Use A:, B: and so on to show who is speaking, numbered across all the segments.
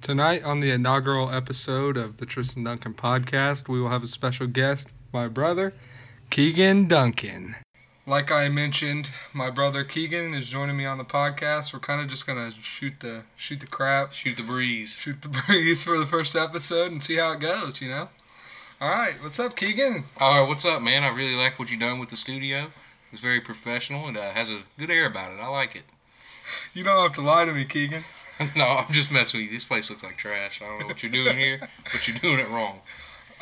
A: Tonight, on the inaugural episode of the Tristan Duncan podcast, we will have a special guest, my brother, Keegan Duncan. Like I mentioned, my brother Keegan is joining me on the podcast. We're kind of just gonna shoot the shoot the crap,
B: Shoot the breeze.
A: shoot the breeze for the first episode and see how it goes. You know. All right, what's up, Keegan?
B: All right, what's up, man? I really like what you done with the studio. It's very professional and uh, has a good air about it. I like it.
A: You don't have to lie to me, Keegan.
B: no, I'm just messing with you. This place looks like trash. I don't know what you're doing here, but you're doing it wrong.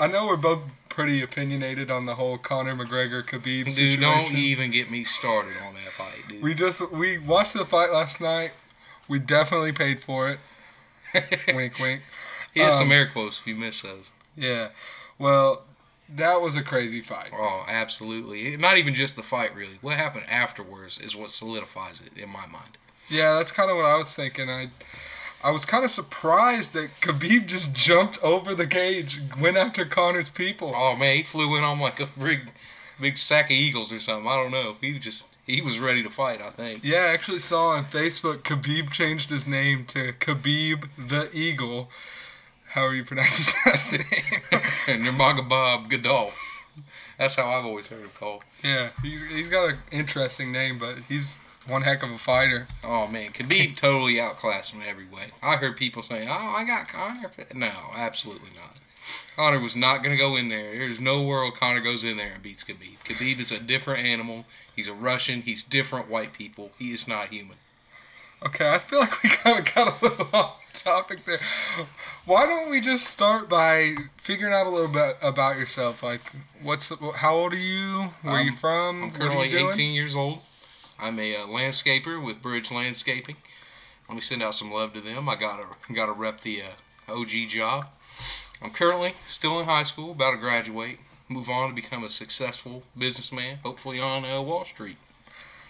A: I know we're both pretty opinionated on the whole Conor McGregor Khabib
B: Dude,
A: situation.
B: don't even get me started on that fight, dude.
A: We just we watched the fight last night. We definitely paid for it. wink, wink.
B: he has
A: um,
B: some air quotes if you miss those.
A: Yeah. Well, that was a crazy fight.
B: Oh, absolutely. Not even just the fight, really. What happened afterwards is what solidifies it in my mind.
A: Yeah, that's kind of what I was thinking. I I was kind of surprised that Khabib just jumped over the cage, went after Connor's people.
B: Oh man, he flew in on like a big, big sack of eagles or something. I don't know. He just he was ready to fight. I think.
A: Yeah, I actually saw on Facebook Khabib changed his name to Khabib the Eagle. However you pronounce his last name.
B: Nurmagomedov Gadol. That's how I've always heard him called.
A: yeah, he's he's got an interesting name, but he's one heck of a fighter.
B: Oh man, Khabib totally outclassed him in every way. I heard people saying, "Oh, I got Connor." No, absolutely not. Connor was not going to go in there. There's no world Connor goes in there and beats Khabib. Khabib is a different animal. He's a Russian. He's different white people. He is not human.
A: Okay, I feel like we kind of got a little off topic there. Why don't we just start by figuring out a little bit about yourself? Like, what's the, how old are you? Where are you
B: I'm-
A: from?
B: I'm
A: What are you
B: currently
A: doing?
B: 18 years old. I'm a uh, landscaper with Bridge Landscaping. Let me send out some love to them. I gotta gotta rep the uh, OG job. I'm currently still in high school, about to graduate, move on to become a successful businessman, hopefully on uh, Wall Street.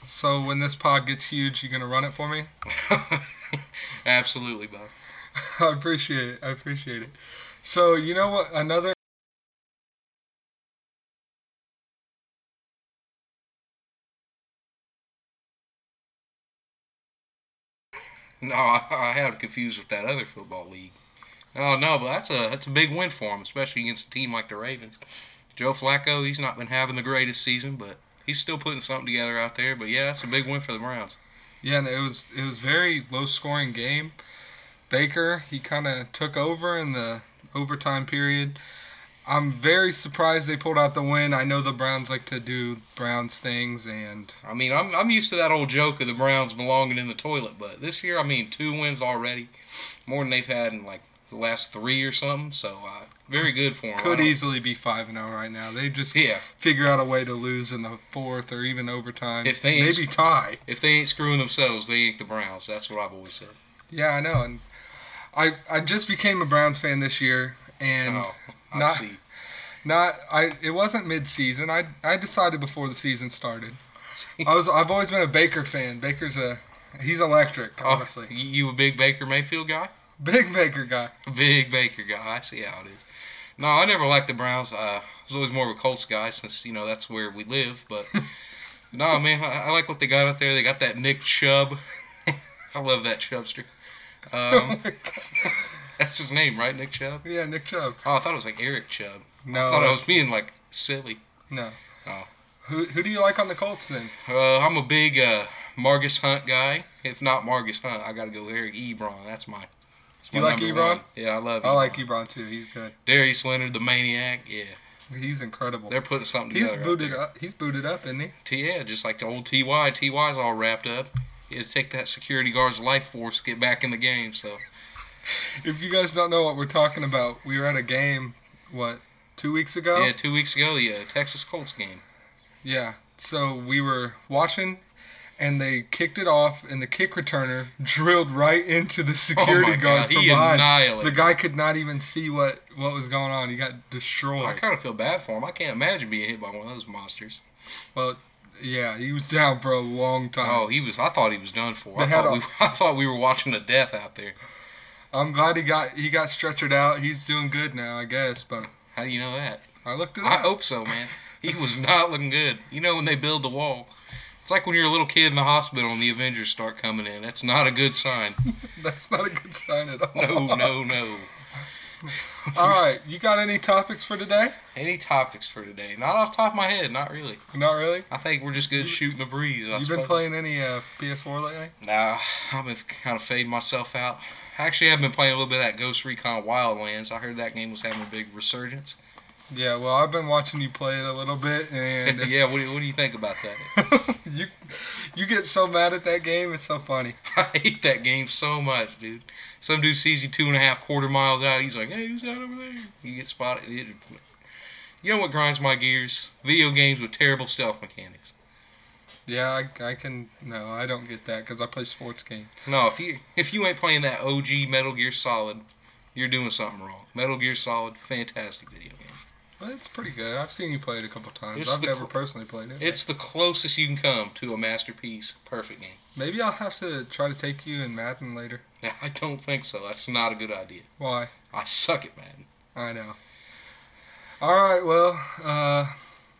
A: So when this pod gets huge, you gonna run it for me?
B: Absolutely, bud.
A: I appreciate it. I appreciate it. So you know what? Another.
B: No, I, I had him confused with that other football league. Oh no, but that's a that's a big win for him, especially against a team like the Ravens. Joe Flacco, he's not been having the greatest season, but he's still putting something together out there. But yeah, that's a big win for the Browns.
A: Yeah, and it was it was very low scoring game. Baker he kind of took over in the overtime period. I'm very surprised they pulled out the win. I know the Browns like to do Browns things, and
B: I mean, I'm I'm used to that old joke of the Browns belonging in the toilet, but this year, I mean, two wins already, more than they've had in like the last three or something. So uh, very good for them.
A: could easily be five and zero right now. They just
B: Yeah,
A: figure out a way to lose in the fourth or even overtime,
B: If they-
A: maybe tie.
B: if they ain't screwing themselves, they ain't the Browns. That's what I've always said.
A: Yeah, I know, and I I just became a Browns fan this year, and.
B: oh, I
A: not-
B: see.
A: Not I. It wasn't mid-season. I I decided before the season started. I was I've always been a Baker fan. Baker's a he's electric,
B: Oh,
A: honestly.
B: you you a big Baker Mayfield guy?
A: Big Baker guy.
B: Big Baker guy. I see how it is. No, I never liked the Browns. Uh, I was always more of a Colts guy since you know that's where we live. But no, man, I, I like what they got out there. They got that Nick Chubb. I love that Chubbster. Um, that's his name, right? Nick Chubb.
A: yeah, Nick Chubb.
B: Oh, I thought it was like Eric Chubb. I thought I
A: No,
B: was being like silly.
A: no.
B: Oh.
A: Who who do you like on the Colts then?
B: Uh, I'm a big uh, Marcus Hunt guy. If not Marcus Hunt, I got to go Eric Ebron. That's my. That's
A: You like
B: number
A: Ebron?
B: one. Yeah, I love.
A: I like Ebron too. He's good.
B: Darius Leonard, the maniac. Yeah,
A: He's incredible.
B: they're putting something
A: He's
B: together. out
A: booted
B: there.
A: up. He's booted up, isn't he?
B: T- Yeah, just like the old Ty. Ty's all wrapped up. You had to take that security guard's life force, to get back in the game. So
A: If you guys don't know what we're talking about, we were at a game. What? Two weeks ago.
B: yeah, two weeks ago, the uh, Texas Colts game.
A: Yeah. So we were watching, and they kicked it off, and the kick returner drilled right into the security
B: oh my
A: guard
B: God,
A: from
B: he
A: behind. The
B: annihilated.
A: guy could not even see what what was going on. He got destroyed.
B: I kind of feel bad for him. I can't imagine being hit by one of those monsters.
A: well, yeah, he was down for a long time.
B: Oh, he was. I thought he was done for.
A: Uh-huh. They
B: I
A: had
B: thought,
A: a-
B: we, I thought we were watching a death out there.
A: I'm glad he got he got stretchered out. He's doing good now, I guess. But
B: How do you know that?
A: I looked it
B: I
A: up.
B: hope so, man. He was not looking good. You know when they build the wall, It's like when you're a little kid in the hospital and the Avengers start coming in. That's not a good sign.
A: That's not a good sign at all.
B: No, no, no.
A: All right, you got any topics for today?
B: Any topics for today? Not off the top of my head, not really.
A: Not really.
B: I think we're just good shooting the breeze. I
A: You've been
B: suppose.
A: playing any uh, PS4 lately?
B: Nah, I've been kind of fading myself out. Actually, I've been playing a little bit of that Ghost Recon Wildlands. I heard that game was having a big resurgence.
A: Yeah, well, I've been watching you play it a little bit, and uh,
B: yeah, what do, what do you think about that?
A: you you get so mad at that game. It's so funny.
B: I hate that game so much, dude. Some dude sees you two and a half quarter miles out. He's like, "Hey, who's that over there?" You get spotted. It- you know what grinds my gears? Video games with terrible stealth mechanics.
A: Yeah, I, I can. No, I don't get that because I play sports games.
B: No, if you if you ain't playing that OG Metal Gear Solid, you're doing something wrong. Metal Gear Solid, fantastic video game.
A: But it's pretty good. I've seen you play it a couple times.
B: It's
A: I've
B: the
A: never
B: cl-
A: personally played it.
B: It's the closest you can come to a masterpiece, perfect game.
A: Maybe I'll have to try to take you in Madden later.
B: Now, I don't think so. That's not a good idea.
A: Why?
B: I suck at Madden.
A: I know. All right. Well, uh,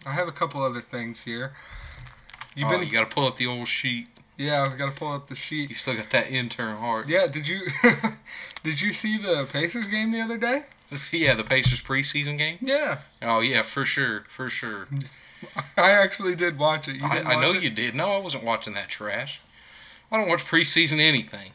A: I have a couple other things here. You've
B: oh,
A: been.
B: you got to pull up the old sheet.
A: yeah, we got to pull up the
B: You
A: sheet.
B: still got that intern heart.
A: Yeah, did you did you see the Pacers game the other day?
B: Yeah, the Pacers preseason game.
A: Yeah.
B: Oh yeah, for sure, for sure.
A: I actually did watch it. You
B: I,
A: didn't
B: I
A: watch
B: know
A: it?
B: you did. No, I wasn't watching that trash. I don't watch preseason anything.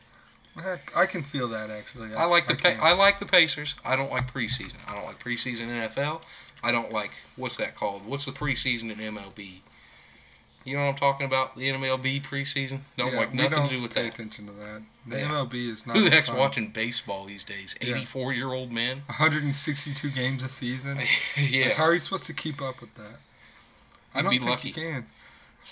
A: Heck, I can feel that actually.
B: I like the I,
A: can.
B: pa- I like the Pacers. I don't like preseason. I don't like preseason NFL. I don't like what's that called? What's the preseason in MLB? You know what I'm talking about? The MLB preseason. Don't
A: Yeah,
B: like
A: we
B: nothing
A: don't
B: to do with
A: pay
B: that.
A: attention to that. The
B: Yeah.
A: MLB is not.
B: Who the heck's
A: fun.
B: watching baseball these days?
A: Yeah.
B: 84 year old men.
A: 162 games a season.
B: yeah.
A: Like, how are you supposed to keep up with that? I
B: You'd
A: don't
B: be
A: think
B: lucky.
A: you can.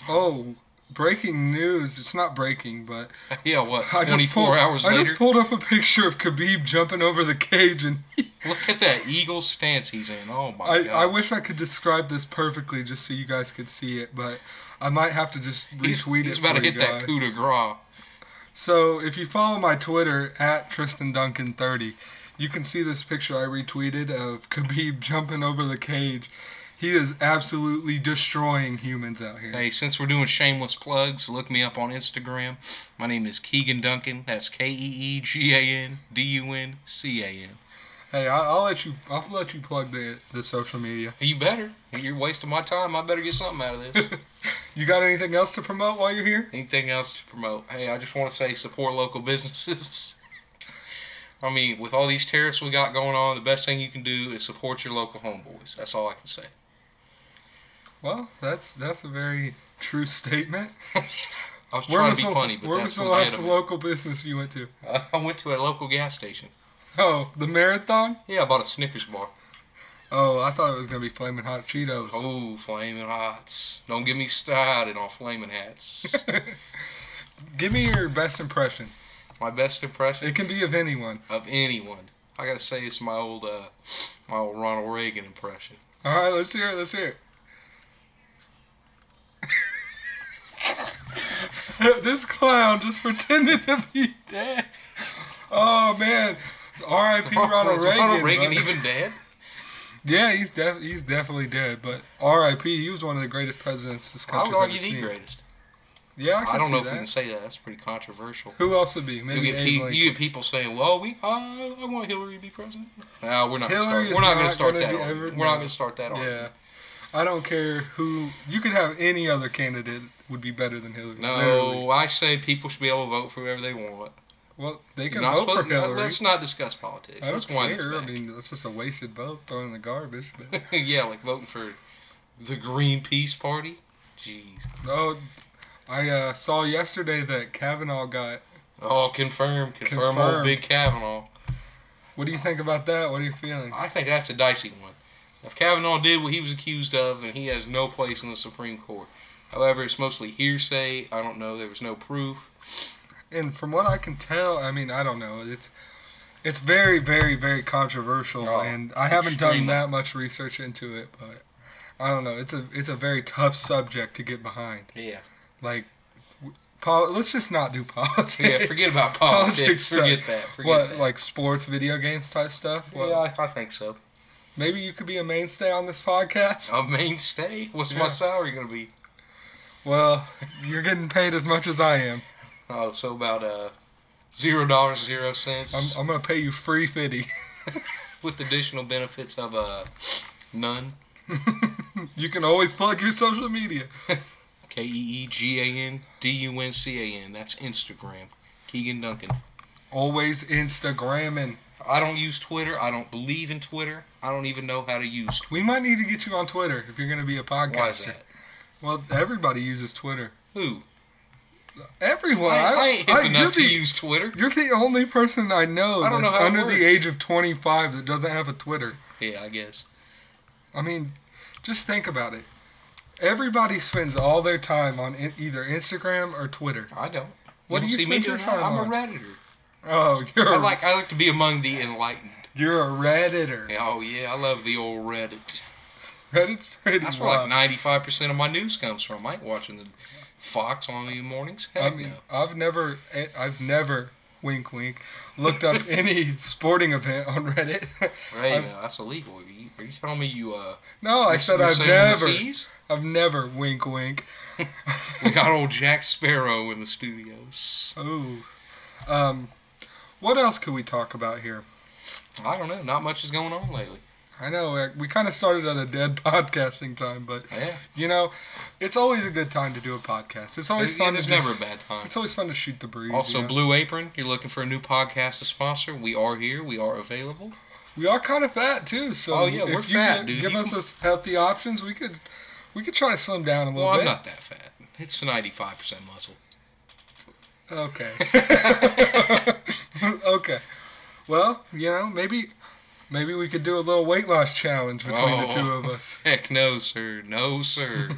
A: Oh, breaking news! It's not breaking, but
B: yeah. What?
A: I just
B: 24
A: pulled,
B: hours
A: I
B: later.
A: just pulled up a picture of Khabib jumping over the cage, and
B: Look at that eagle stance he's in. Oh my
A: I,
B: god.
A: I wish I could describe this perfectly just so you guys could see it, but I might have to just
B: He's,
A: retweet
B: he's
A: it.
B: about
A: for
B: to
A: you
B: hit that
A: guys.
B: coup de grace.
A: So if you follow my Twitter at Tristan Duncan thirty, you can see this picture I retweeted of Khabib jumping over the cage. He is absolutely destroying humans out here.
B: Hey, since we're doing shameless plugs, look me up on Instagram. My name is Keegan Duncan. That's K E E G A N D U N C A N.
A: Hey, I, I'll let you. I'll let you plug the the social media.
B: You better. You're wasting my time. I better get something out of this.
A: You got anything else to promote while you're here?
B: Anything else to promote? Hey, I just want to say support local businesses. I mean, with all these tariffs we got going on, the best thing you can do is support your local homeboys. That's all I can say.
A: Well, that's that's a very true statement.
B: I was trying to be
A: the,
B: funny, but
A: where
B: that's
A: was the last
B: legitimate.
A: local business you went to?
B: I went to a local gas station.
A: Oh, the marathon.
B: Yeah, I bought a Snickers bar.
A: Oh, I thought it was gonna be flaming hot Cheetos.
B: Oh, flaming hots. Don't get me started on flaming hats.
A: Give me your best impression.
B: my best impression
A: It can be of anyone.
B: of anyone. I gotta say it's my old uh my old Ronald Reagan impression.
A: All right, let's hear it. Let's hear it. this clown just pretended to be dead. Oh man, R.I.P. Ronald
B: Is
A: Reagan.
B: Ronald Reagan
A: but-
B: even dead?
A: Yeah, he's def- he's definitely dead. But R.I.P. He was one of the greatest presidents this
B: I would
A: country's
B: argue
A: ever
B: the
A: seen.
B: greatest.
A: Yeah, I,
B: I,
A: can
B: don't
A: see
B: know if
A: that.
B: we can say that. That's pretty controversial.
A: Who else would be?
B: You
A: Maybe
B: get,
A: Abe
B: pe-
A: Lincoln.
B: you get people saying, "Well, we uh, I want Hillary to be president." No, we're not. Gonna
A: Hillary
B: start,
A: is
B: we're not,
A: not
B: gonna start
A: gonna
B: that.
A: be
B: argument.
A: ever-
B: we're not
A: no.
B: gonna start that. argument.
A: Yeah. I don't care who. You could have any other candidate would be better than Hillary.
B: No,
A: literally.
B: I say people should be able to vote for whoever they want.
A: Well, they
B: You're
A: can
B: not
A: vote for
B: supposed- uh,
A: Hillary.
B: Let's not discuss politics.
A: I
B: let's
A: don't
B: wind this
A: care. I
B: back.
A: mean, that's just a wasted vote thrown in the garbage. But
B: yeah, like voting for the Greenpeace Party. Jeez.
A: oh, I uh, saw yesterday that Kavanaugh got.
B: Oh, confirm, confirm, old
A: Confirmed.
B: Big Kavanaugh.
A: What do you think about that? What are you feeling?
B: I think that's a dicey one. If Kavanaugh did what he was accused of, then he has no place in the Supreme Court. However, it's mostly hearsay. I don't know. There was no proof.
A: And from what I can tell, I mean, I don't know. It's it's very, very, very controversial,
B: Oh,
A: and I haven't done
B: extremely.
A: that much research into it, but I don't know. It's a it's a very tough subject to get behind.
B: Yeah.
A: Like, w- pol- let's just not do politics.
B: Yeah, forget about politics.
A: sucks.
B: forget that. Forget
A: what
B: that.
A: like sports, video games type stuff. Well,
B: yeah, I, I think so.
A: Maybe you could be a mainstay on this podcast.
B: A mainstay? What's my
A: Yeah.
B: salary going to be?
A: Well, you're getting paid as much as I am.
B: Oh, so about uh, zero dollars zero cents
A: I'm, I'm gonna pay you free fifty.
B: with additional benefits of uh, none.
A: you can always plug your social media.
B: K e e g a n d u n c a n. That's Instagram. Keegan Duncan.
A: Always Instagramming.
B: I don't use Twitter. I don't believe in Twitter. I don't even know how to use.
A: We might need to get you on Twitter if you're gonna be a podcaster.
B: Twitter. Why is that?
A: Well, everybody uses Twitter.
B: Who?
A: Everyone.
B: I, I ain't hip
A: I- you're
B: enough to
A: the-
B: use Twitter.
A: You're the only person I know
B: I don't know
A: that's
B: how it
A: under the
B: works.
A: age of 25 that doesn't have a Twitter.
B: Yeah, I guess.
A: I mean, just think about it. Everybody spends all their time on in- either Instagram or Twitter.
B: I don't.
A: What
B: don't
A: do you
B: see me
A: spend your
B: doing that.
A: time on?
B: I'm a redditor.
A: Oh, you're
B: I like I like to be among the enlightened.
A: you're a redditor.
B: Yeah, Oh yeah, I love the old Reddit.
A: Reddit's pretty
B: That's where like
A: wild.
B: ninety five percent of my news comes from. I ain't watching the Fox on the mornings. Heck
A: I mean, I've never, eh, I've never, wink, wink, looked up any sporting event on Reddit.
B: no. Hey,
A: I'm-
B: no, that's illegal. Are you, are you telling me you uh?
A: no, I
B: you're-
A: said
B: you're
A: I've
B: sailing the
A: never,
B: seas?
A: I've never, wink, wink.
B: We got old Jack Sparrow in the studios.
A: Ooh. Um, what else could we talk about here?
B: I don't know. Not much is going on lately.
A: I know eh, we kind of started at a dead podcasting time, but
B: Yeah.
A: you know, it's always a good time to do a podcast. It's always
B: There- yeah,
A: fun.
B: there's
A: to
B: never
A: just,
B: a bad time.
A: It's always fun to shoot the breeze.
B: Also,
A: you know?
B: Blue Apron. You're looking for a new podcast to sponsor? We are here. We are available.
A: we are kind of fat too, so
B: Oh, yeah,
A: if
B: we're
A: you
B: fat,
A: could
B: dude.
A: give
B: You
A: us us healthy options, we could we could try to slim down a little
B: Well, I'm
A: bit.
B: not that fat. It's 95 percent muscle.
A: Okay. okay. Well, you know, maybe maybe we could do a little weight loss challenge between the two
B: Oh.
A: of us.
B: Heck no, sir. No, sir.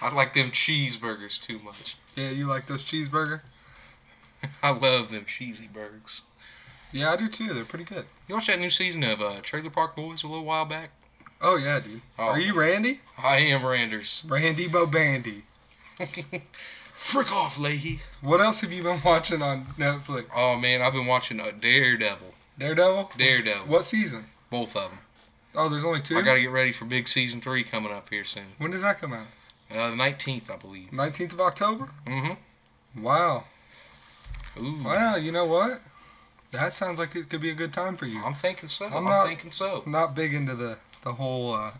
B: I like them cheeseburgers too much.
A: Yeah, you like those cheeseburger?
B: I love them cheesy burgers.
A: Yeah, I do too. They're pretty good.
B: You watched that new season of uh, Trailer Park Boys a little while back?
A: Oh yeah, dude.
B: Oh,
A: Are you
B: man.
A: Randy?
B: I am Randers.
A: Randy Bobandy.
B: Frick off, Leahy.
A: What else have you been watching on Netflix?
B: Oh man, I've been watching uh, Daredevil.
A: Daredevil?
B: Daredevil.
A: What season?
B: Both of them.
A: Oh, there's only two.
B: I gotta get ready for big season three coming up here soon.
A: When does that come out?
B: Uh, the 19th, I believe.
A: 19th of October?
B: Mm-hmm.
A: Wow.
B: Ooh.
A: Wow, you know what? That sounds like it could be a good time for you.
B: I'm thinking so.
A: I'm
B: I'm,
A: not- Mm-hmm.
B: thinking so.
A: I'm not big into the the whole uh,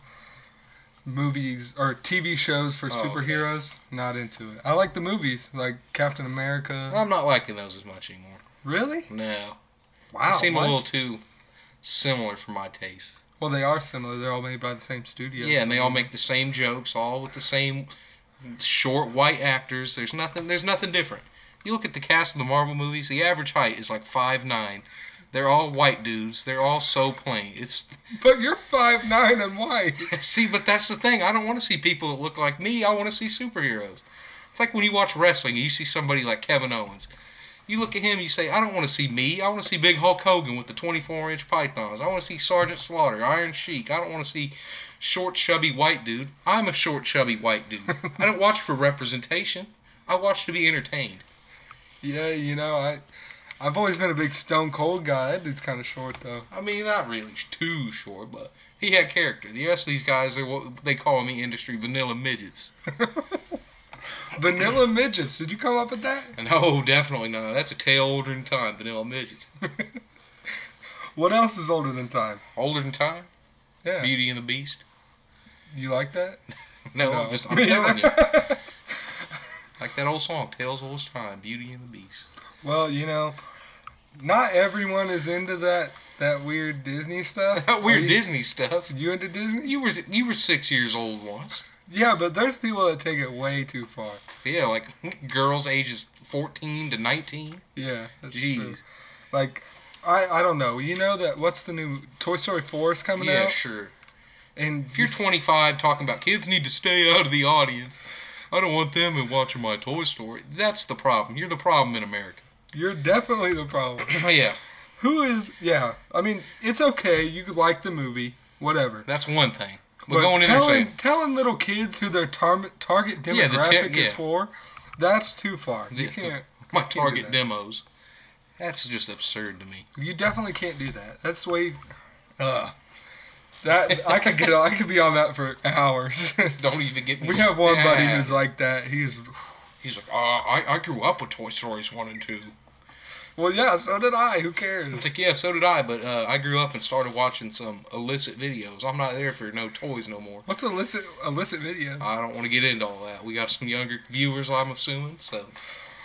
A: movies or TV shows for
B: Oh, okay.
A: superheroes. Not into it. I like the movies, like Captain America.
B: I'm not liking those as much anymore.
A: really?
B: No.
A: Wow.
B: they seem
A: what?
B: a little too similar for my taste.
A: Well, they are similar. They're all made by the same studio.
B: Yeah, and they all make the same jokes, all with the same short white actors. There's nothing. There's nothing different. You look at the cast of the Marvel movies. The average height is like five nine. They're all white dudes. They're all so plain. It's
A: But you're five nine and white.
B: see, but that's the thing. I don't want to see people that look like me. I want to see superheroes. It's like when you watch wrestling, and you see somebody like Kevin Owens. You look at him, you say, I don't want to see me. I want to see Big Hulk Hogan with the 24 inch pythons. I want to see Sergeant Slaughter, Iron Sheik. I don't want to see short, chubby white dude. I'm a short, chubby white dude. I don't watch for representation. I watch to be entertained.
A: Yeah, you know I. I've always been a big Stone Cold guy. That dude's kind of short though.
B: I mean, not really too short, but he had character. The rest of these guys are what they call in the industry vanilla midgets.
A: Vanilla midgets. Did you come up with that?
B: No, oh, definitely not. That's a tale older than time, vanilla midgets.
A: What else is older than time?
B: Older than time?
A: Yeah.
B: Beauty and the Beast?
A: You like that?
B: No, I'm just I'm
A: Me
B: telling you.
A: neither.
B: Like that old song, Tales Old as Time, Beauty and the Beast.
A: Well, you know, not everyone is into that that weird Disney stuff.
B: That weird
A: Are you,
B: Disney stuff.
A: You into Disney?
B: You were you were six years old once.
A: Yeah, but there's people that take it way too far.
B: Yeah, like girls ages fourteen to nineteen.
A: Yeah, that's true.
B: Jeez.
A: Like, I I don't know. You know that what's the new Toy Story Four is coming
B: Yeah,
A: out?
B: sure.
A: And
B: If you're
A: s-
B: 25 talking about kids need to stay out of the audience, I don't want them in watching my Toy Story. That's the problem. You're the problem in America.
A: you're definitely the problem.
B: yeah,
A: Who is? Yeah, I mean it's okay. You could like the movie, whatever.
B: that's one thing. But,
A: But
B: going in there
A: telling,
B: saying
A: telling little kids who their tar- target
B: Yeah, the
A: demographic
B: tar-
A: is
B: yeah.
A: for, that's too far. You
B: Yeah.
A: can't.
B: my
A: do
B: target
A: that.
B: demos, that's just absurd to me.
A: You definitely can't do that. That's way. Uh, That I could get. on- I could be on that for hours.
B: Don't even get me.
A: we have one buddy
B: started.
A: who's like that. He's
B: He's like, uh, I, I grew up with Toy Stories 1 and 2.
A: well, yeah. So did I. Who cares?
B: It's like, yeah, so did I, but uh, I grew up and started watching some illicit videos. I'm not there for no toys no more.
A: What's illicit illicit videos?
B: I don't want to get into all that. We got some younger viewers, I'm assuming, so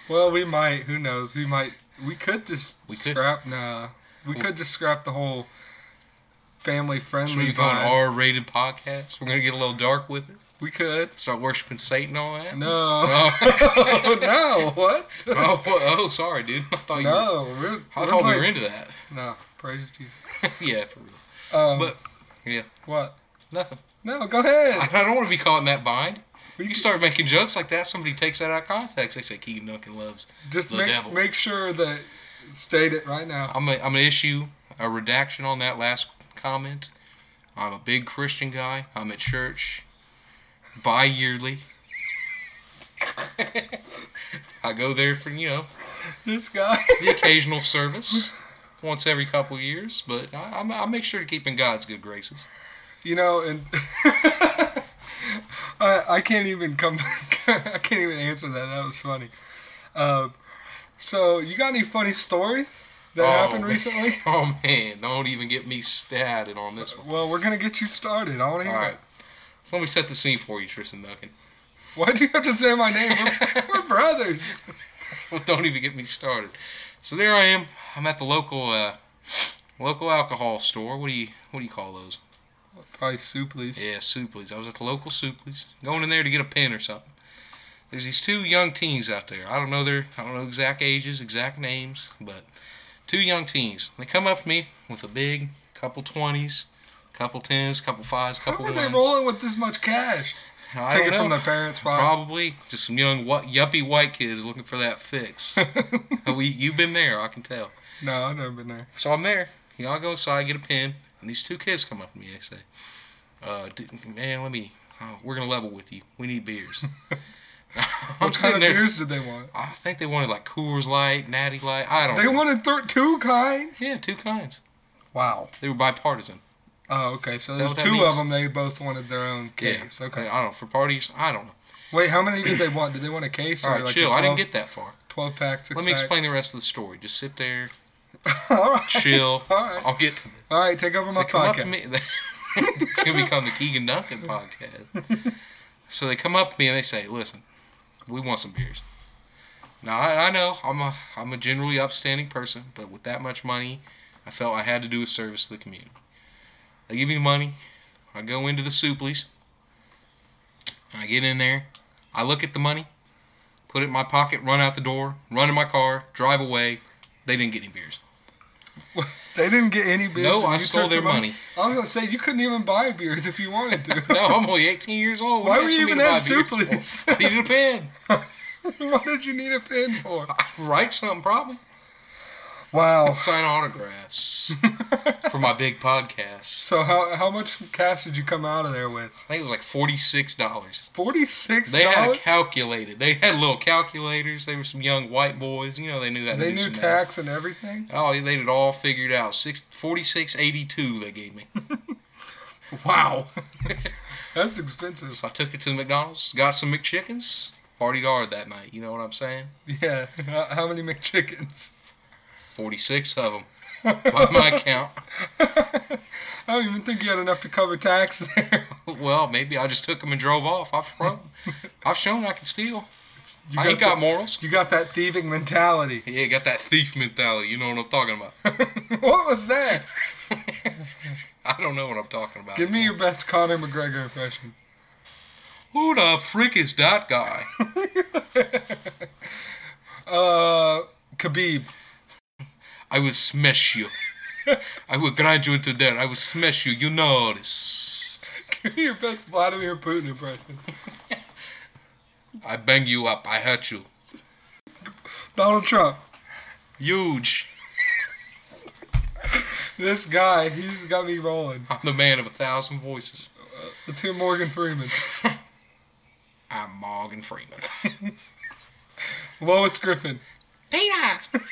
A: Well, we might. Who knows? We might. We could just
B: We could-
A: scrap. Nah. We
B: Well-
A: could just scrap the whole family
B: should we
A: friendly
B: go an
A: vibe.
B: R-rated podcast? We're gonna get a little dark with it.
A: we could.
B: Start worshiping Satan, all that.
A: No.
B: Oh.
A: no. What?
B: oh, wha- oh, sorry, dude. I thought you. Were,
A: No. We're,
B: I
A: we're
B: thought we
A: like-
B: were into that.
A: No. Praise Jesus.
B: yeah, for real.
A: Um,
B: But- yeah.
A: What?
B: Nothing.
A: No. Go
B: I,
A: ahead.
B: I don't want to be caught in that bind.
A: We
B: You start making jokes like that, somebody takes that out of context. They say Keegan Duncan loves.
A: just
B: the
A: make
B: devil. Oh.
A: make sure that state it right now.
B: I'm a, I'm gonna issue a redaction on that last comment. I'm a big Christian guy. I'm at church bi-yearly. I go there for you know
A: This guy.
B: the occasional service once every couple years, but I, I, I make sure to keep in God's good graces.
A: you know, and I I can't even come. I can't even answer that. That was funny. Um, so you got any funny stories that
B: Oh,
A: happened
B: man.
A: recently?
B: Oh man, don't even get me started on this one.
A: Well, we're gonna get you started. I want to
B: All
A: hear
B: right,
A: it.
B: so let me set the scene for you, Tristan Duncan.
A: Why do you have to say my name? We're, we're brothers.
B: Well, don't even get me started. So there I am. I'm at the local uh, local alcohol store. What do you what do you call those?
A: Probably soup, please.
B: Yeah, Supley's. I was at the local Supley's, going in there to get a pen or something. There's these two young teens out there. I don't know their, I don't know exact ages, exact names, but two young teens. They come up to me with a big couple twenties, couple tens, couple fives,
A: How
B: couple
A: are
B: ones.
A: they rolling with this much cash?
B: I
A: Take
B: don't
A: it from
B: know.
A: their parents' pocket.
B: Probably just some young what yuppie white kids looking for that fix. we, you've been there, I can tell.
A: no, I've never been there.
B: So I'm there. You know, I go inside, get a pen, and these two kids come up to me. They say, uh, d- "Man, let me. Oh, we're gonna level with you. We need beers." I'm
A: what kind
B: sitting
A: of
B: there.
A: beers did they want?
B: I think they wanted like Coors Light, Natty Light. I don't.
A: They
B: know.
A: wanted th- two kinds.
B: Yeah, two kinds.
A: Wow.
B: They were bipartisan.
A: Oh, okay. So
B: Is that
A: there's
B: what that
A: two
B: means?
A: of them. They both wanted their own case. Okay.
B: I don't know for parties. I don't know.
A: Wait, how many did they want? Did they want a case or
B: All right,
A: like
B: chill.
A: a 12,
B: I didn't get that far.
A: 12 pack, six
B: Let me
A: pack?
B: explain the rest of the story. Just sit there,
A: All right.
B: chill.
A: All right.
B: I'll get to it.
A: All right, take over
B: So
A: my
B: they come up to
A: podcast.
B: me. it's gonna become the Keegan Duncan podcast. So they come up to me and they say, "Listen, we want some beers." Now I, I know I'm a I'm a generally upstanding person, but with that much money, I felt I had to do a service to the community. They give me money. I go into the Supleys. I get in there. I look at the money, put it in my pocket, run out the door, run in my car, drive away. They didn't get any beers.
A: They didn't get any beers.
B: no,
A: and
B: I
A: you
B: stole
A: took the
B: their money.
A: I was gonna say you couldn't even buy beers if you wanted to.
B: no, I'm only 18 years old.
A: Why
B: What are
A: were you
B: asking me
A: even
B: to buy
A: at
B: beers for?
A: Supley's?
B: I needed a pen.
A: what did you need a pen for?
B: Write something, probably.
A: Wow.
B: Sign autographs for my big podcast.
A: so how how much cash did you come out of there with?
B: I think it was like forty-six dollars.
A: Forty six
B: They had
A: dollars.
B: it calculated. They had little calculators. They were some young white boys. You know, they knew that.
A: They knew tax and everything.
B: Oh, they had it all figured out. Six forty-six eighty-two. They gave me.
A: Wow, that's expensive.
B: So I took it to the McDonald's. Got some McChickens. Partied hard that night. You know what I'm saying?
A: Yeah. How how many McChickens?
B: Forty-six of them by my count.
A: I don't even think you had enough to cover tax there.
B: Well, maybe I just took them and drove off. I've shown, I've shown I can steal.
A: You
B: I ain't
A: the-
B: got morals.
A: You got that thieving mentality.
B: Yeah, got that thief mentality. You know what I'm talking about.
A: what was that?
B: I don't know what I'm talking about.
A: Give me your best Conor McGregor impression.
B: Who the frick is that guy?
A: uh, Khabib.
B: I will smash you. I will grind you into there. I will smash you. You know this.
A: Give me your best Vladimir Putin impression.
B: I bang you up. I hurt you.
A: Donald Trump.
B: Huge.
A: This guy, he's got me rolling.
B: I'm the man of a thousand voices.
A: Let's hear Morgan Freeman.
B: I'm Morgan Freeman.
A: Lois Griffin.
B: Peter.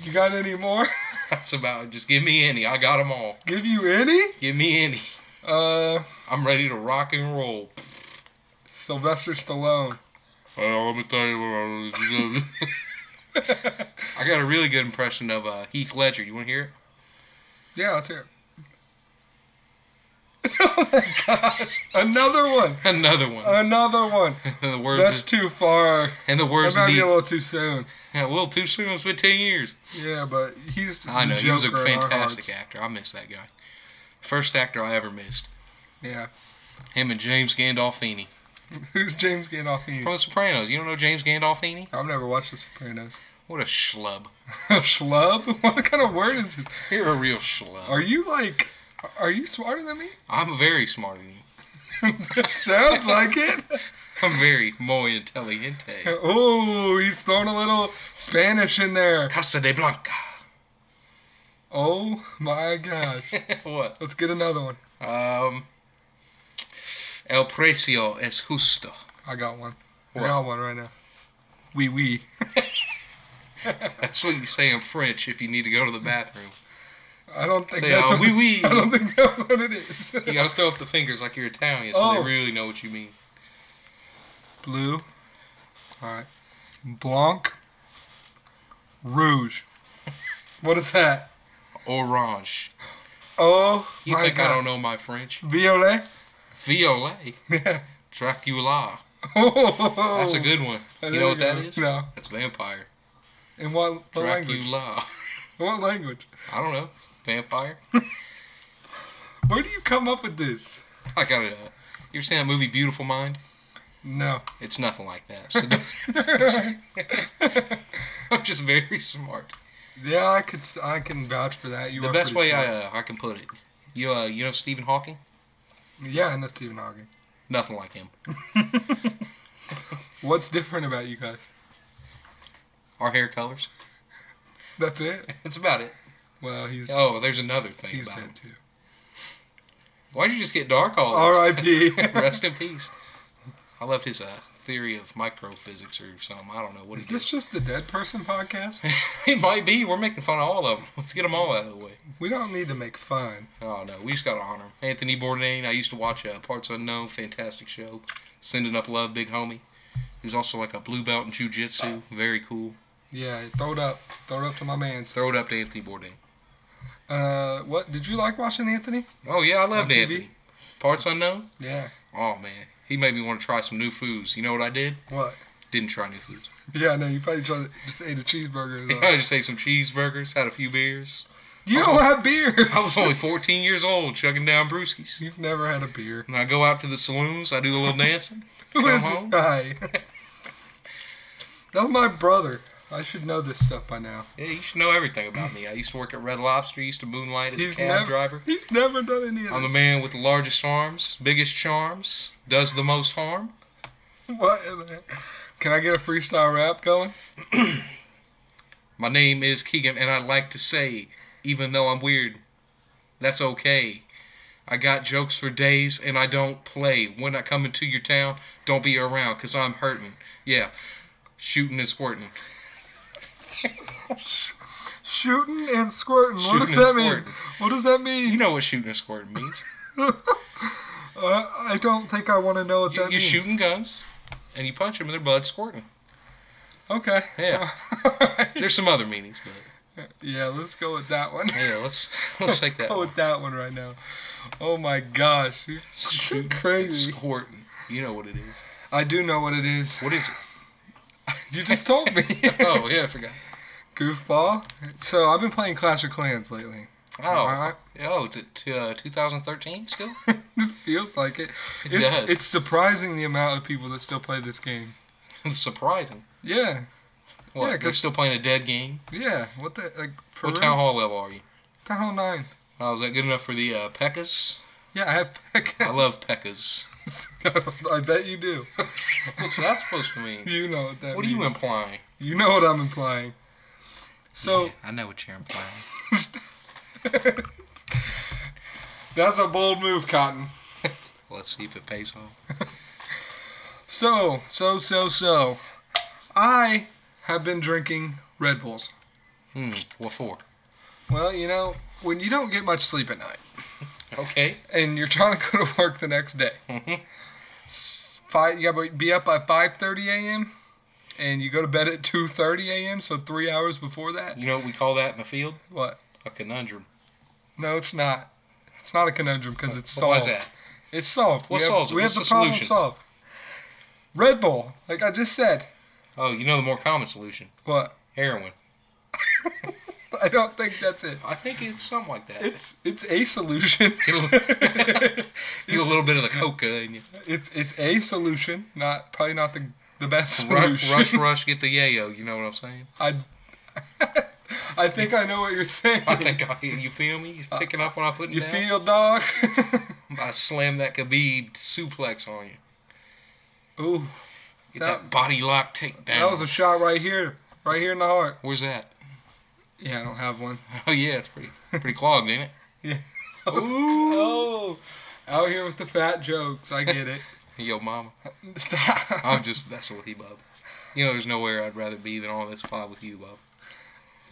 A: You got any more?
B: That's about. Just give me any. I got them all.
A: Give you any?
B: Give me any.
A: Uh,
B: I'm ready to rock and roll.
A: Sylvester Stallone.
B: Oh, let me tell you what I I got a really good impression of uh, Heath Ledger. You want to hear it?
A: yeah, let's hear it. oh my gosh! Another one.
B: Another one.
A: Another one.
B: and the words.
A: That's too far.
B: and the
A: That
B: words.
A: might
B: Of
A: be a
B: the,
A: little too soon.
B: a little too soon. It's been ten years.
A: Yeah, but he's
B: I
A: the
B: know he was a
A: Joker in our
B: fantastic
A: hearts.
B: actor. I miss that guy. First actor I ever missed.
A: Yeah.
B: Him and James Gandolfini
A: Who's James Gandolfini?
B: from The Sopranos. You don't know James Gandolfini?
A: I've never watched The Sopranos.
B: What a schlub.
A: Schlub? What kind of word is this?
B: You're a real schlub.
A: Are you like, are you smarter than me?
B: I'm very smart than you.
A: Sounds like it.
B: I'm very muy inteligente.
A: Oh, he's throwing a little Spanish in there.
B: Casa de Blanca.
A: Oh my gosh.
B: what?
A: Let's get another one.
B: Um. El precio es justo.
A: I got one. I
B: What?
A: got one right now. Wee wee.
B: That's what you say in French if you need to go to the bathroom.
A: I don't think
B: Say,
A: that's
B: uh,
A: what,
B: wee wee.
A: I don't think that's what it is.
B: You gotta throw up the fingers like you're Italian so
A: Oh.
B: they really know what you mean.
A: Blue. All right. Blanc. Rouge. What is that?
B: Orange.
A: Oh
B: You
A: my
B: think
A: God.
B: I don't know my French?
A: Violet.
B: Violet.
A: Yeah.
B: Dracula.
A: Oh.
B: That's a good one.
A: I
B: You know what
A: think I
B: that
A: got it.
B: is?
A: No.
B: That's vampire.
A: In what, what language?
B: Dracula.
A: What language?
B: I don't know. Vampire.
A: Where do you come up with this?
B: I gotta. You ever seen that movie Beautiful Mind?
A: No.
B: It's nothing like that. So don't- I'm just very smart.
A: yeah, I could. s- I can vouch for that. You
B: the
A: are
B: best way
A: pretty
B: I
A: smart.
B: uh, I can put it. You uh, you know Stephen Hawking?
A: Yeah, I know Stephen Hawking.
B: Nothing like him.
A: What's different about you guys?
B: Our hair colors.
A: That's it.
B: That's about it.
A: Well, he's
B: Oh, there's another thing
A: he's
B: about him.
A: dead too.
B: Why'd you just get dark all? of a
A: R.I.P.
B: sudden? Rest in peace. I loved his uh, theory of microphysics or something. I don't know what
A: Is
B: he
A: this just the dead person podcast?
B: did. it might be. We're making fun of all of them. Let's get them all out of the way.
A: We don't need to make fun.
B: Oh no, we just gotta honor him. Anthony Bourdain. I used to watch uh, Parts Unknown, fantastic show. Sending up love, big homie. He was also like a blue belt in jujitsu, very cool.
A: Yeah, throw it up. Throw it up to my man's.
B: Throw it up to Anthony Bourdain.
A: Uh, what did you like watching Anthony?
B: Oh yeah, I
A: On
B: loved
A: TV?
B: Anthony. Parts Unknown.
A: Yeah.
B: Oh man, he made me want to try some new foods. You know what I did?
A: What?
B: Didn't try new foods.
A: Yeah, I know. You probably tried, just ate a cheeseburger. or
B: I just ate some cheeseburgers, had a few beers.
A: You don't have beers.
B: I was only 14 years old, chugging down brewskis.
A: You've never had a beer.
B: And I go out to the saloons. I do the little dancing.
A: Who
B: Come
A: is this
B: home.
A: guy? That's my brother. I should know this stuff by now.
B: Yeah, you should know everything about me. I used to work at Red Lobster. Used to moonlight as a
A: He's
B: cab
A: never-
B: driver.
A: He's never done any of
B: I'm the
A: this.
B: man with the largest arms, biggest charms, does the most harm.
A: What in the- Can I get a freestyle rap going?
B: My name is Keegan, and I like to say, even though I'm weird, that's okay. I got jokes for days, and I don't play. When I come into your town, don't be around, because I'm hurting. Yeah, shooting and squirting.
A: Shooting and squirting.
B: Shooting
A: what does
B: and
A: that mean?
B: squirting.
A: What does that mean?
B: You know what shooting and squirting means.
A: Uh, I don't think I want to know what
B: you,
A: that
B: you're
A: means.
B: shooting guns, and you punch them, and their blood's squirting.
A: Okay.
B: Yeah.
A: Alright.
B: There's some other meanings, but
A: Yeah, let's go with that one.
B: yeah, let's let's take that.
A: go
B: One.
A: with that one right now. Oh my gosh. You're
B: Shooting
A: crazy.
B: and squirting. You know what it is.
A: I do know what it is.
B: What is
A: You just told me.
B: it? oh yeah, I forgot.
A: Goofball. So I've been playing Clash of Clans lately.
B: Oh, oh, it's it uh, 2013 still?
A: it feels like it.
B: It
A: it's,
B: does.
A: It's surprising the amount of people that still play this game.
B: It's surprising.
A: Yeah.
B: What,
A: Yeah,
B: they're
A: 'cause-
B: still playing a dead game?
A: Yeah. What the like? For
B: What
A: real?
B: town hall level are you?
A: Town Hall Nine.
B: Oh, is that good enough for the uh, Pekkas?
A: Yeah, I have.
B: I love Pekkas.
A: I bet you do.
B: What's that supposed to mean?
A: You know what that
B: What are
A: means.
B: you implying?
A: You know what I'm implying. So
B: Yeah, I know what you're implying.
A: that's a bold move, Cotton.
B: Let's see if it pays off.
A: So, so, so, so. I have been drinking Red Bulls.
B: Hmm, what for?
A: Well, you know, when you don't get much sleep at night
B: Okay.
A: and you're trying to go to work the next day,
B: Mhm.
A: s- five, you gotta be up by 5:30 a.m. and you go to bed at 2:30 a.m. So three hours before that.
B: you know what we call that in the field?
A: What?
B: A conundrum.
A: No, it's not. It's not a conundrum because it's
B: What was
A: solved.
B: that?
A: It's solved.
B: What
A: we have,
B: solves it?
A: We have
B: What's
A: the,
B: the
A: problem
B: solution?
A: solved. Red Bull, like I just said.
B: Oh, you know the more common solution.
A: What?
B: Heroin.
A: I don't think that's it.
B: I think it's something like that.
A: It's it's a solution.
B: Get a little- Get a little bit of the coca in you.
A: It's it's a solution, not probably not the the best
B: Rush,
A: solution.
B: rush, rush, get the yayo. You know what I'm saying?
A: I I think I know what you're saying.
B: I think I, you feel me. He's picking up when I put it
A: you
B: down.
A: feel, dog.
B: I slam that Khabib suplex on you.
A: Ooh,
B: Get
A: That-
B: that, body lock takedown.
A: that was a shot right here, right here in the heart.
B: Where's that?
A: Yeah, I don't have one.
B: Oh yeah, it's pretty pretty clogged, ain't it?
A: Ooh. Oh, out here with the fat jokes. I get it.
B: Yo, mama.
A: Stop.
B: I'm just messing with you, Bob. You know, there's nowhere I'd rather be than on this pod with you, Bob.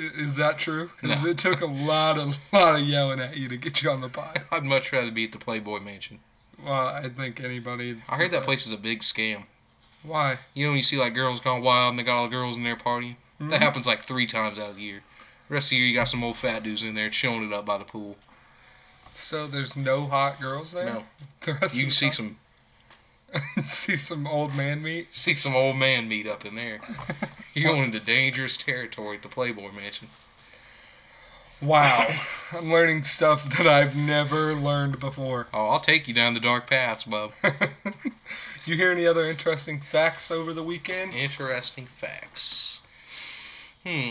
A: I- Is that true? Because
B: No.
A: it took a lot of lot of yelling at you to get you on the pod.
B: I'd much rather be at the Playboy Mansion.
A: Well, I think anybody.
B: I heard that place is a big scam.
A: Why?
B: You know, when you see like girls gone wild and they got all the girls in there partying.
A: Mm-hmm.
B: That happens like three times out of the year. The rest of the year, you got some old fat dudes in there chilling it up by the pool.
A: Hmm? So there's no hot girls there.
B: No,
A: The rest
B: you
A: of the
B: can see
A: time-
B: some
A: see some old man meat.
B: see some old man meat up in there. You're going into dangerous territory at the Playboy Mansion.
A: Wow, I'm learning stuff that I've never learned before.
B: Oh, I'll take you down the dark paths, Bob.
A: you hear any other interesting facts over the weekend?
B: Interesting facts. Hmm.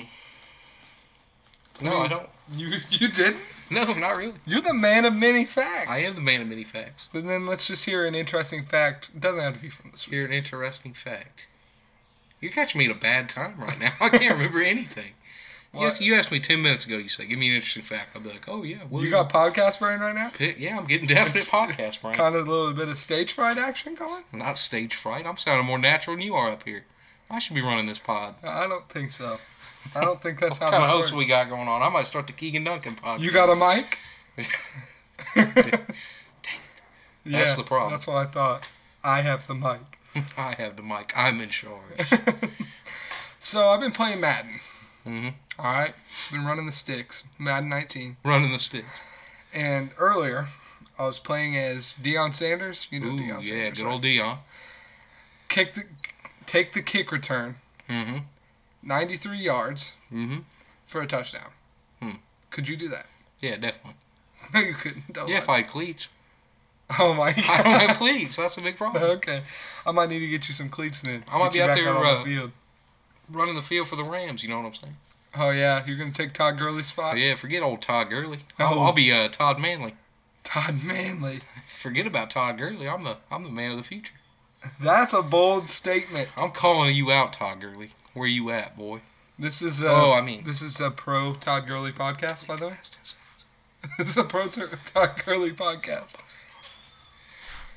B: No, I don't.
A: You you did.
B: No, not really.
A: You're the man of many facts.
B: I am the man of many facts.
A: But then let's just hear an interesting fact. Doesn't have to be from this week.
B: You're an interesting fact. You're catching me at a bad time right now. I can't remember anything. You asked,
A: What?
B: you asked me ten minutes ago. You said, "Give me an interesting fact." I'll be like, "Oh yeah, well,
A: You got podcast brain right now?
B: Pitt. Yeah, I'm getting definite
A: It's-
B: podcast, Brian.
A: Kind of a little bit of stage fright action going?
B: Not stage fright. I'm sounding more natural than you are up here. I should be running this pod.
A: I don't think so. I don't think that's how
B: What kind of
A: this
B: host
A: works.
B: we got going on? I might start the Keegan Duncan podcast.
A: You got a mic?
B: That's the problem.
A: That's what I thought. I have the mic.
B: I have the mic. I'm in charge.
A: so I've been playing Madden.
B: hmm
A: All right, been running the sticks, Madden 19.
B: Running the sticks.
A: And earlier, I was playing as Deion Sanders. You know
B: Ooh,
A: Deion
B: yeah,
A: Sanders.
B: good
A: right?
B: old Dion.
A: Kick the, take the kick return,
B: hmm
A: 93 yards
B: hmm
A: for a touchdown.
B: Hmm.
A: Could you do that?
B: Yeah, definitely.
A: No, you couldn't. Don't
B: Yeah, if
A: lie.
B: I had cleats.
A: Oh my god.
B: I don't have cleats. That's a big problem.
A: Okay, I might need to get you some cleats then.
B: I
A: Get
B: might be
A: you
B: out
A: back
B: there,
A: on the
B: uh,
A: field.
B: Running the field for the Rams. You know what I'm saying?
A: Oh yeah, you're gonna take Todd Gurley's
B: Oh,
A: spot.
B: yeah, forget old Todd Gurley. I'll,
A: Oh.
B: I'll be uh, Todd Manley.
A: Todd Manley.
B: Forget about Todd Gurley. I'm the I'm the man of the future.
A: That's a bold statement.
B: I'm calling you out, Todd Gurley. Where you at, boy?
A: This is a,
B: Oh, I mean-
A: this is a pro Todd Gurley podcast, by the way. This is a pro Tur- Todd Gurley podcast.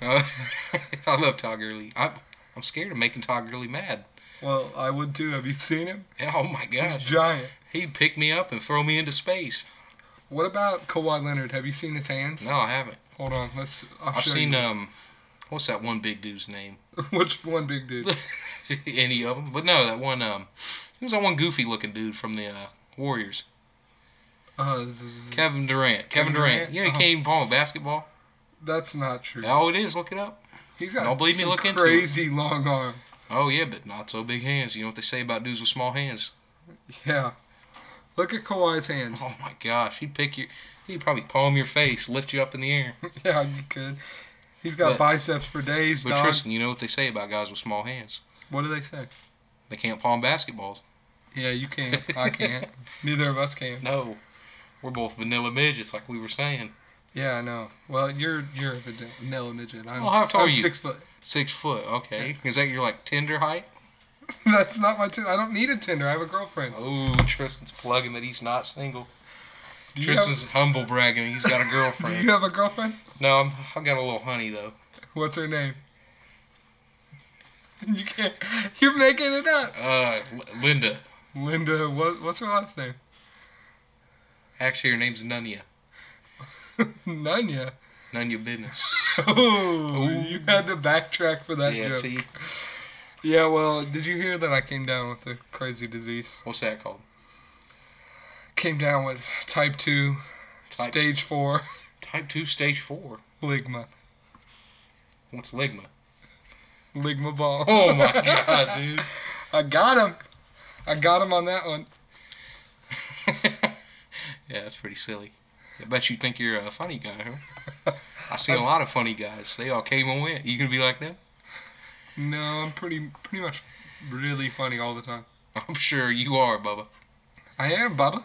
B: Uh, I love Todd Gurley. I'm I'm scared of making Todd Gurley mad.
A: Well, I would too. Have you seen him?
B: Yeah, Oh my
A: He's
B: gosh,
A: giant.
B: he'd pick me up and throw me into space.
A: What about Kawhi Leonard? Have you seen his hands?
B: No, I haven't.
A: Hold on, let's. I'll
B: I've
A: show
B: seen uh,
A: you.
B: um, what's that one big dude's name?
A: Which one, big dude?
B: Any of them? But no, that one um, who's that one goofy looking dude from the uh, Warriors?
A: Uh, z- z-
B: Kevin Durant.
A: Kevin
B: Kevin, Durant.
A: Durant?
B: You know he
A: Uh-huh.
B: can't even ball in basketball.
A: that's not true.
B: Oh, it is. Look it up.
A: He's got
B: Don't believe me,
A: some
B: look into it.
A: crazy long arm.
B: Oh yeah, but not so big hands. You know what they say about dudes with small hands?
A: Yeah. Look at Kawhi's hands.
B: Oh my gosh, he'd pick your, he'd probably palm your face, lift you up in the air.
A: yeah, you could. He's got
B: But-
A: biceps for days,
B: But
A: dog.
B: Tristan, you know what they say about guys with small hands?
A: what do they say?
B: They can't palm basketballs.
A: Yeah, you can't. I can't. Neither of us can.
B: No, we're both vanilla midgets, like we were saying.
A: Yeah, I know. Well, you're you're a vide- vanilla midget. I'm,
B: Well, how tall
A: I'm
B: are you?
A: six foot.
B: Six foot. Okay, is that your like tender height?
A: That's not my Tinder. I don't need a Tinder. I have a girlfriend.
B: Oh, Tristan's plugging that he's not single.
A: Do you
B: Tristan's humble bragging he's got a
A: have, do
B: girlfriend.
A: you have a girlfriend?
B: No, I'm, I got a little honey though.
A: What's her name? You can't. You're making it up.
B: Uh, L- Linda.
A: Linda. What, what's her last name?
B: Actually, her name's Nunya.
A: Nunya.
B: None your business.
A: Oh,
B: Ooh.
A: you had to backtrack for that
B: yeah,
A: joke.
B: see?
A: Yeah, well, did you hear that I came down with a crazy disease?
B: What's that called?
A: Came down with type 2,
B: Type-
A: stage 4
B: Type 2, stage 4.
A: ligma.
B: What's Ligma?
A: Ligma ball.
B: Oh my god, dude.
A: I got him. I got him on that one.
B: yeah, that's pretty silly. I bet you think you're a funny guy, huh? I see a lot of funny guys. They all came and went. You gonna be like them?
A: No, I'm pretty pretty much really funny all the time.
B: I'm sure you are, Bubba.
A: I am, Bubba,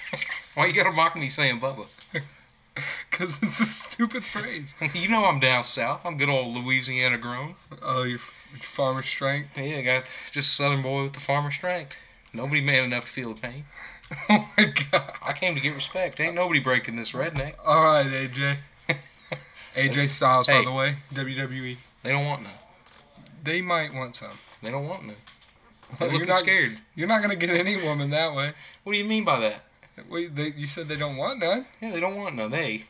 B: Why you gotta mock me saying Bubba?
A: because it's a stupid phrase.
B: you know I'm down south. I'm good old Louisiana grown.
A: Oh, your, f- your farmer strength.
B: Yeah, I got just Southern boy with the farmer strength. Nobody man enough to feel the pain.
A: Oh my god.
B: I came to get respect. Ain't nobody breaking this redneck.
A: All right, AJ. AJ Styles, by
B: Hey.
A: the way, WWE.
B: They don't want none.
A: They might want some.
B: They don't want none.
A: Well,
B: They're
A: you're
B: looking
A: not-
B: scared.
A: You're not gonna get any woman that way.
B: What do you mean by that?
A: Wait, they, you said they don't want none.
B: Yeah, they don't want none. They.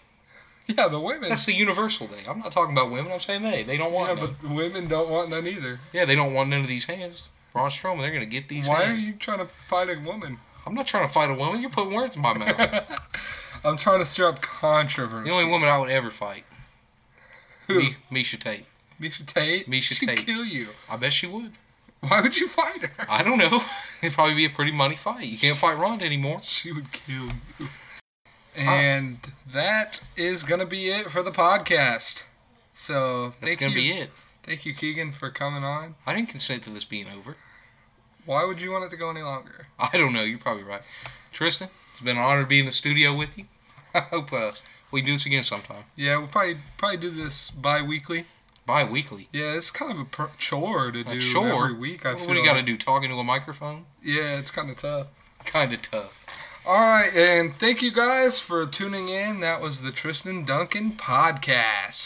A: Yeah, the women.
B: That's the universal thing. I'm not talking about women. I'm saying they. They don't want
A: yeah,
B: none.
A: but the women don't want none either.
B: Yeah, they don't want none of these hands. Braun Strowman, they're gonna get these
A: Why are
B: hands.
A: you trying to fight a woman?
B: I'm not trying to fight a woman. You're putting words in my mouth.
A: I'm trying to stir up controversy.
B: the only woman I would ever fight,
A: Who?
B: Me, Misha Tate.
A: Misha Tate.
B: Misha
A: She'd
B: Tate.
A: kill you.
B: I bet she would.
A: Why would you fight her?
B: I don't know. It'd probably be a pretty money fight. You can't fight Ronda anymore.
A: She would kill you.
B: Uh,
A: And that is gonna be it for the podcast. So
B: That's
A: thank
B: gonna
A: you,
B: be it.
A: thank you, Keegan, for coming on.
B: I didn't consent to this being over.
A: Why would you want it to go any longer?
B: I don't know. You're probably right. Tristan, it's been an honor to be in the studio with you. I hope uh, we do this again sometime.
A: Yeah, we'll probably probably do this bi-weekly.
B: Bi weekly.
A: Yeah, it's kind of a pr- chore to do
B: chore?
A: every week. I
B: What
A: feel.
B: do you got to
A: like.
B: do? Talking to a microphone?
A: Yeah, it's kind of tough.
B: Kind of tough.
A: All right, and thank you guys for tuning in. That was the Tristan Duncan podcast.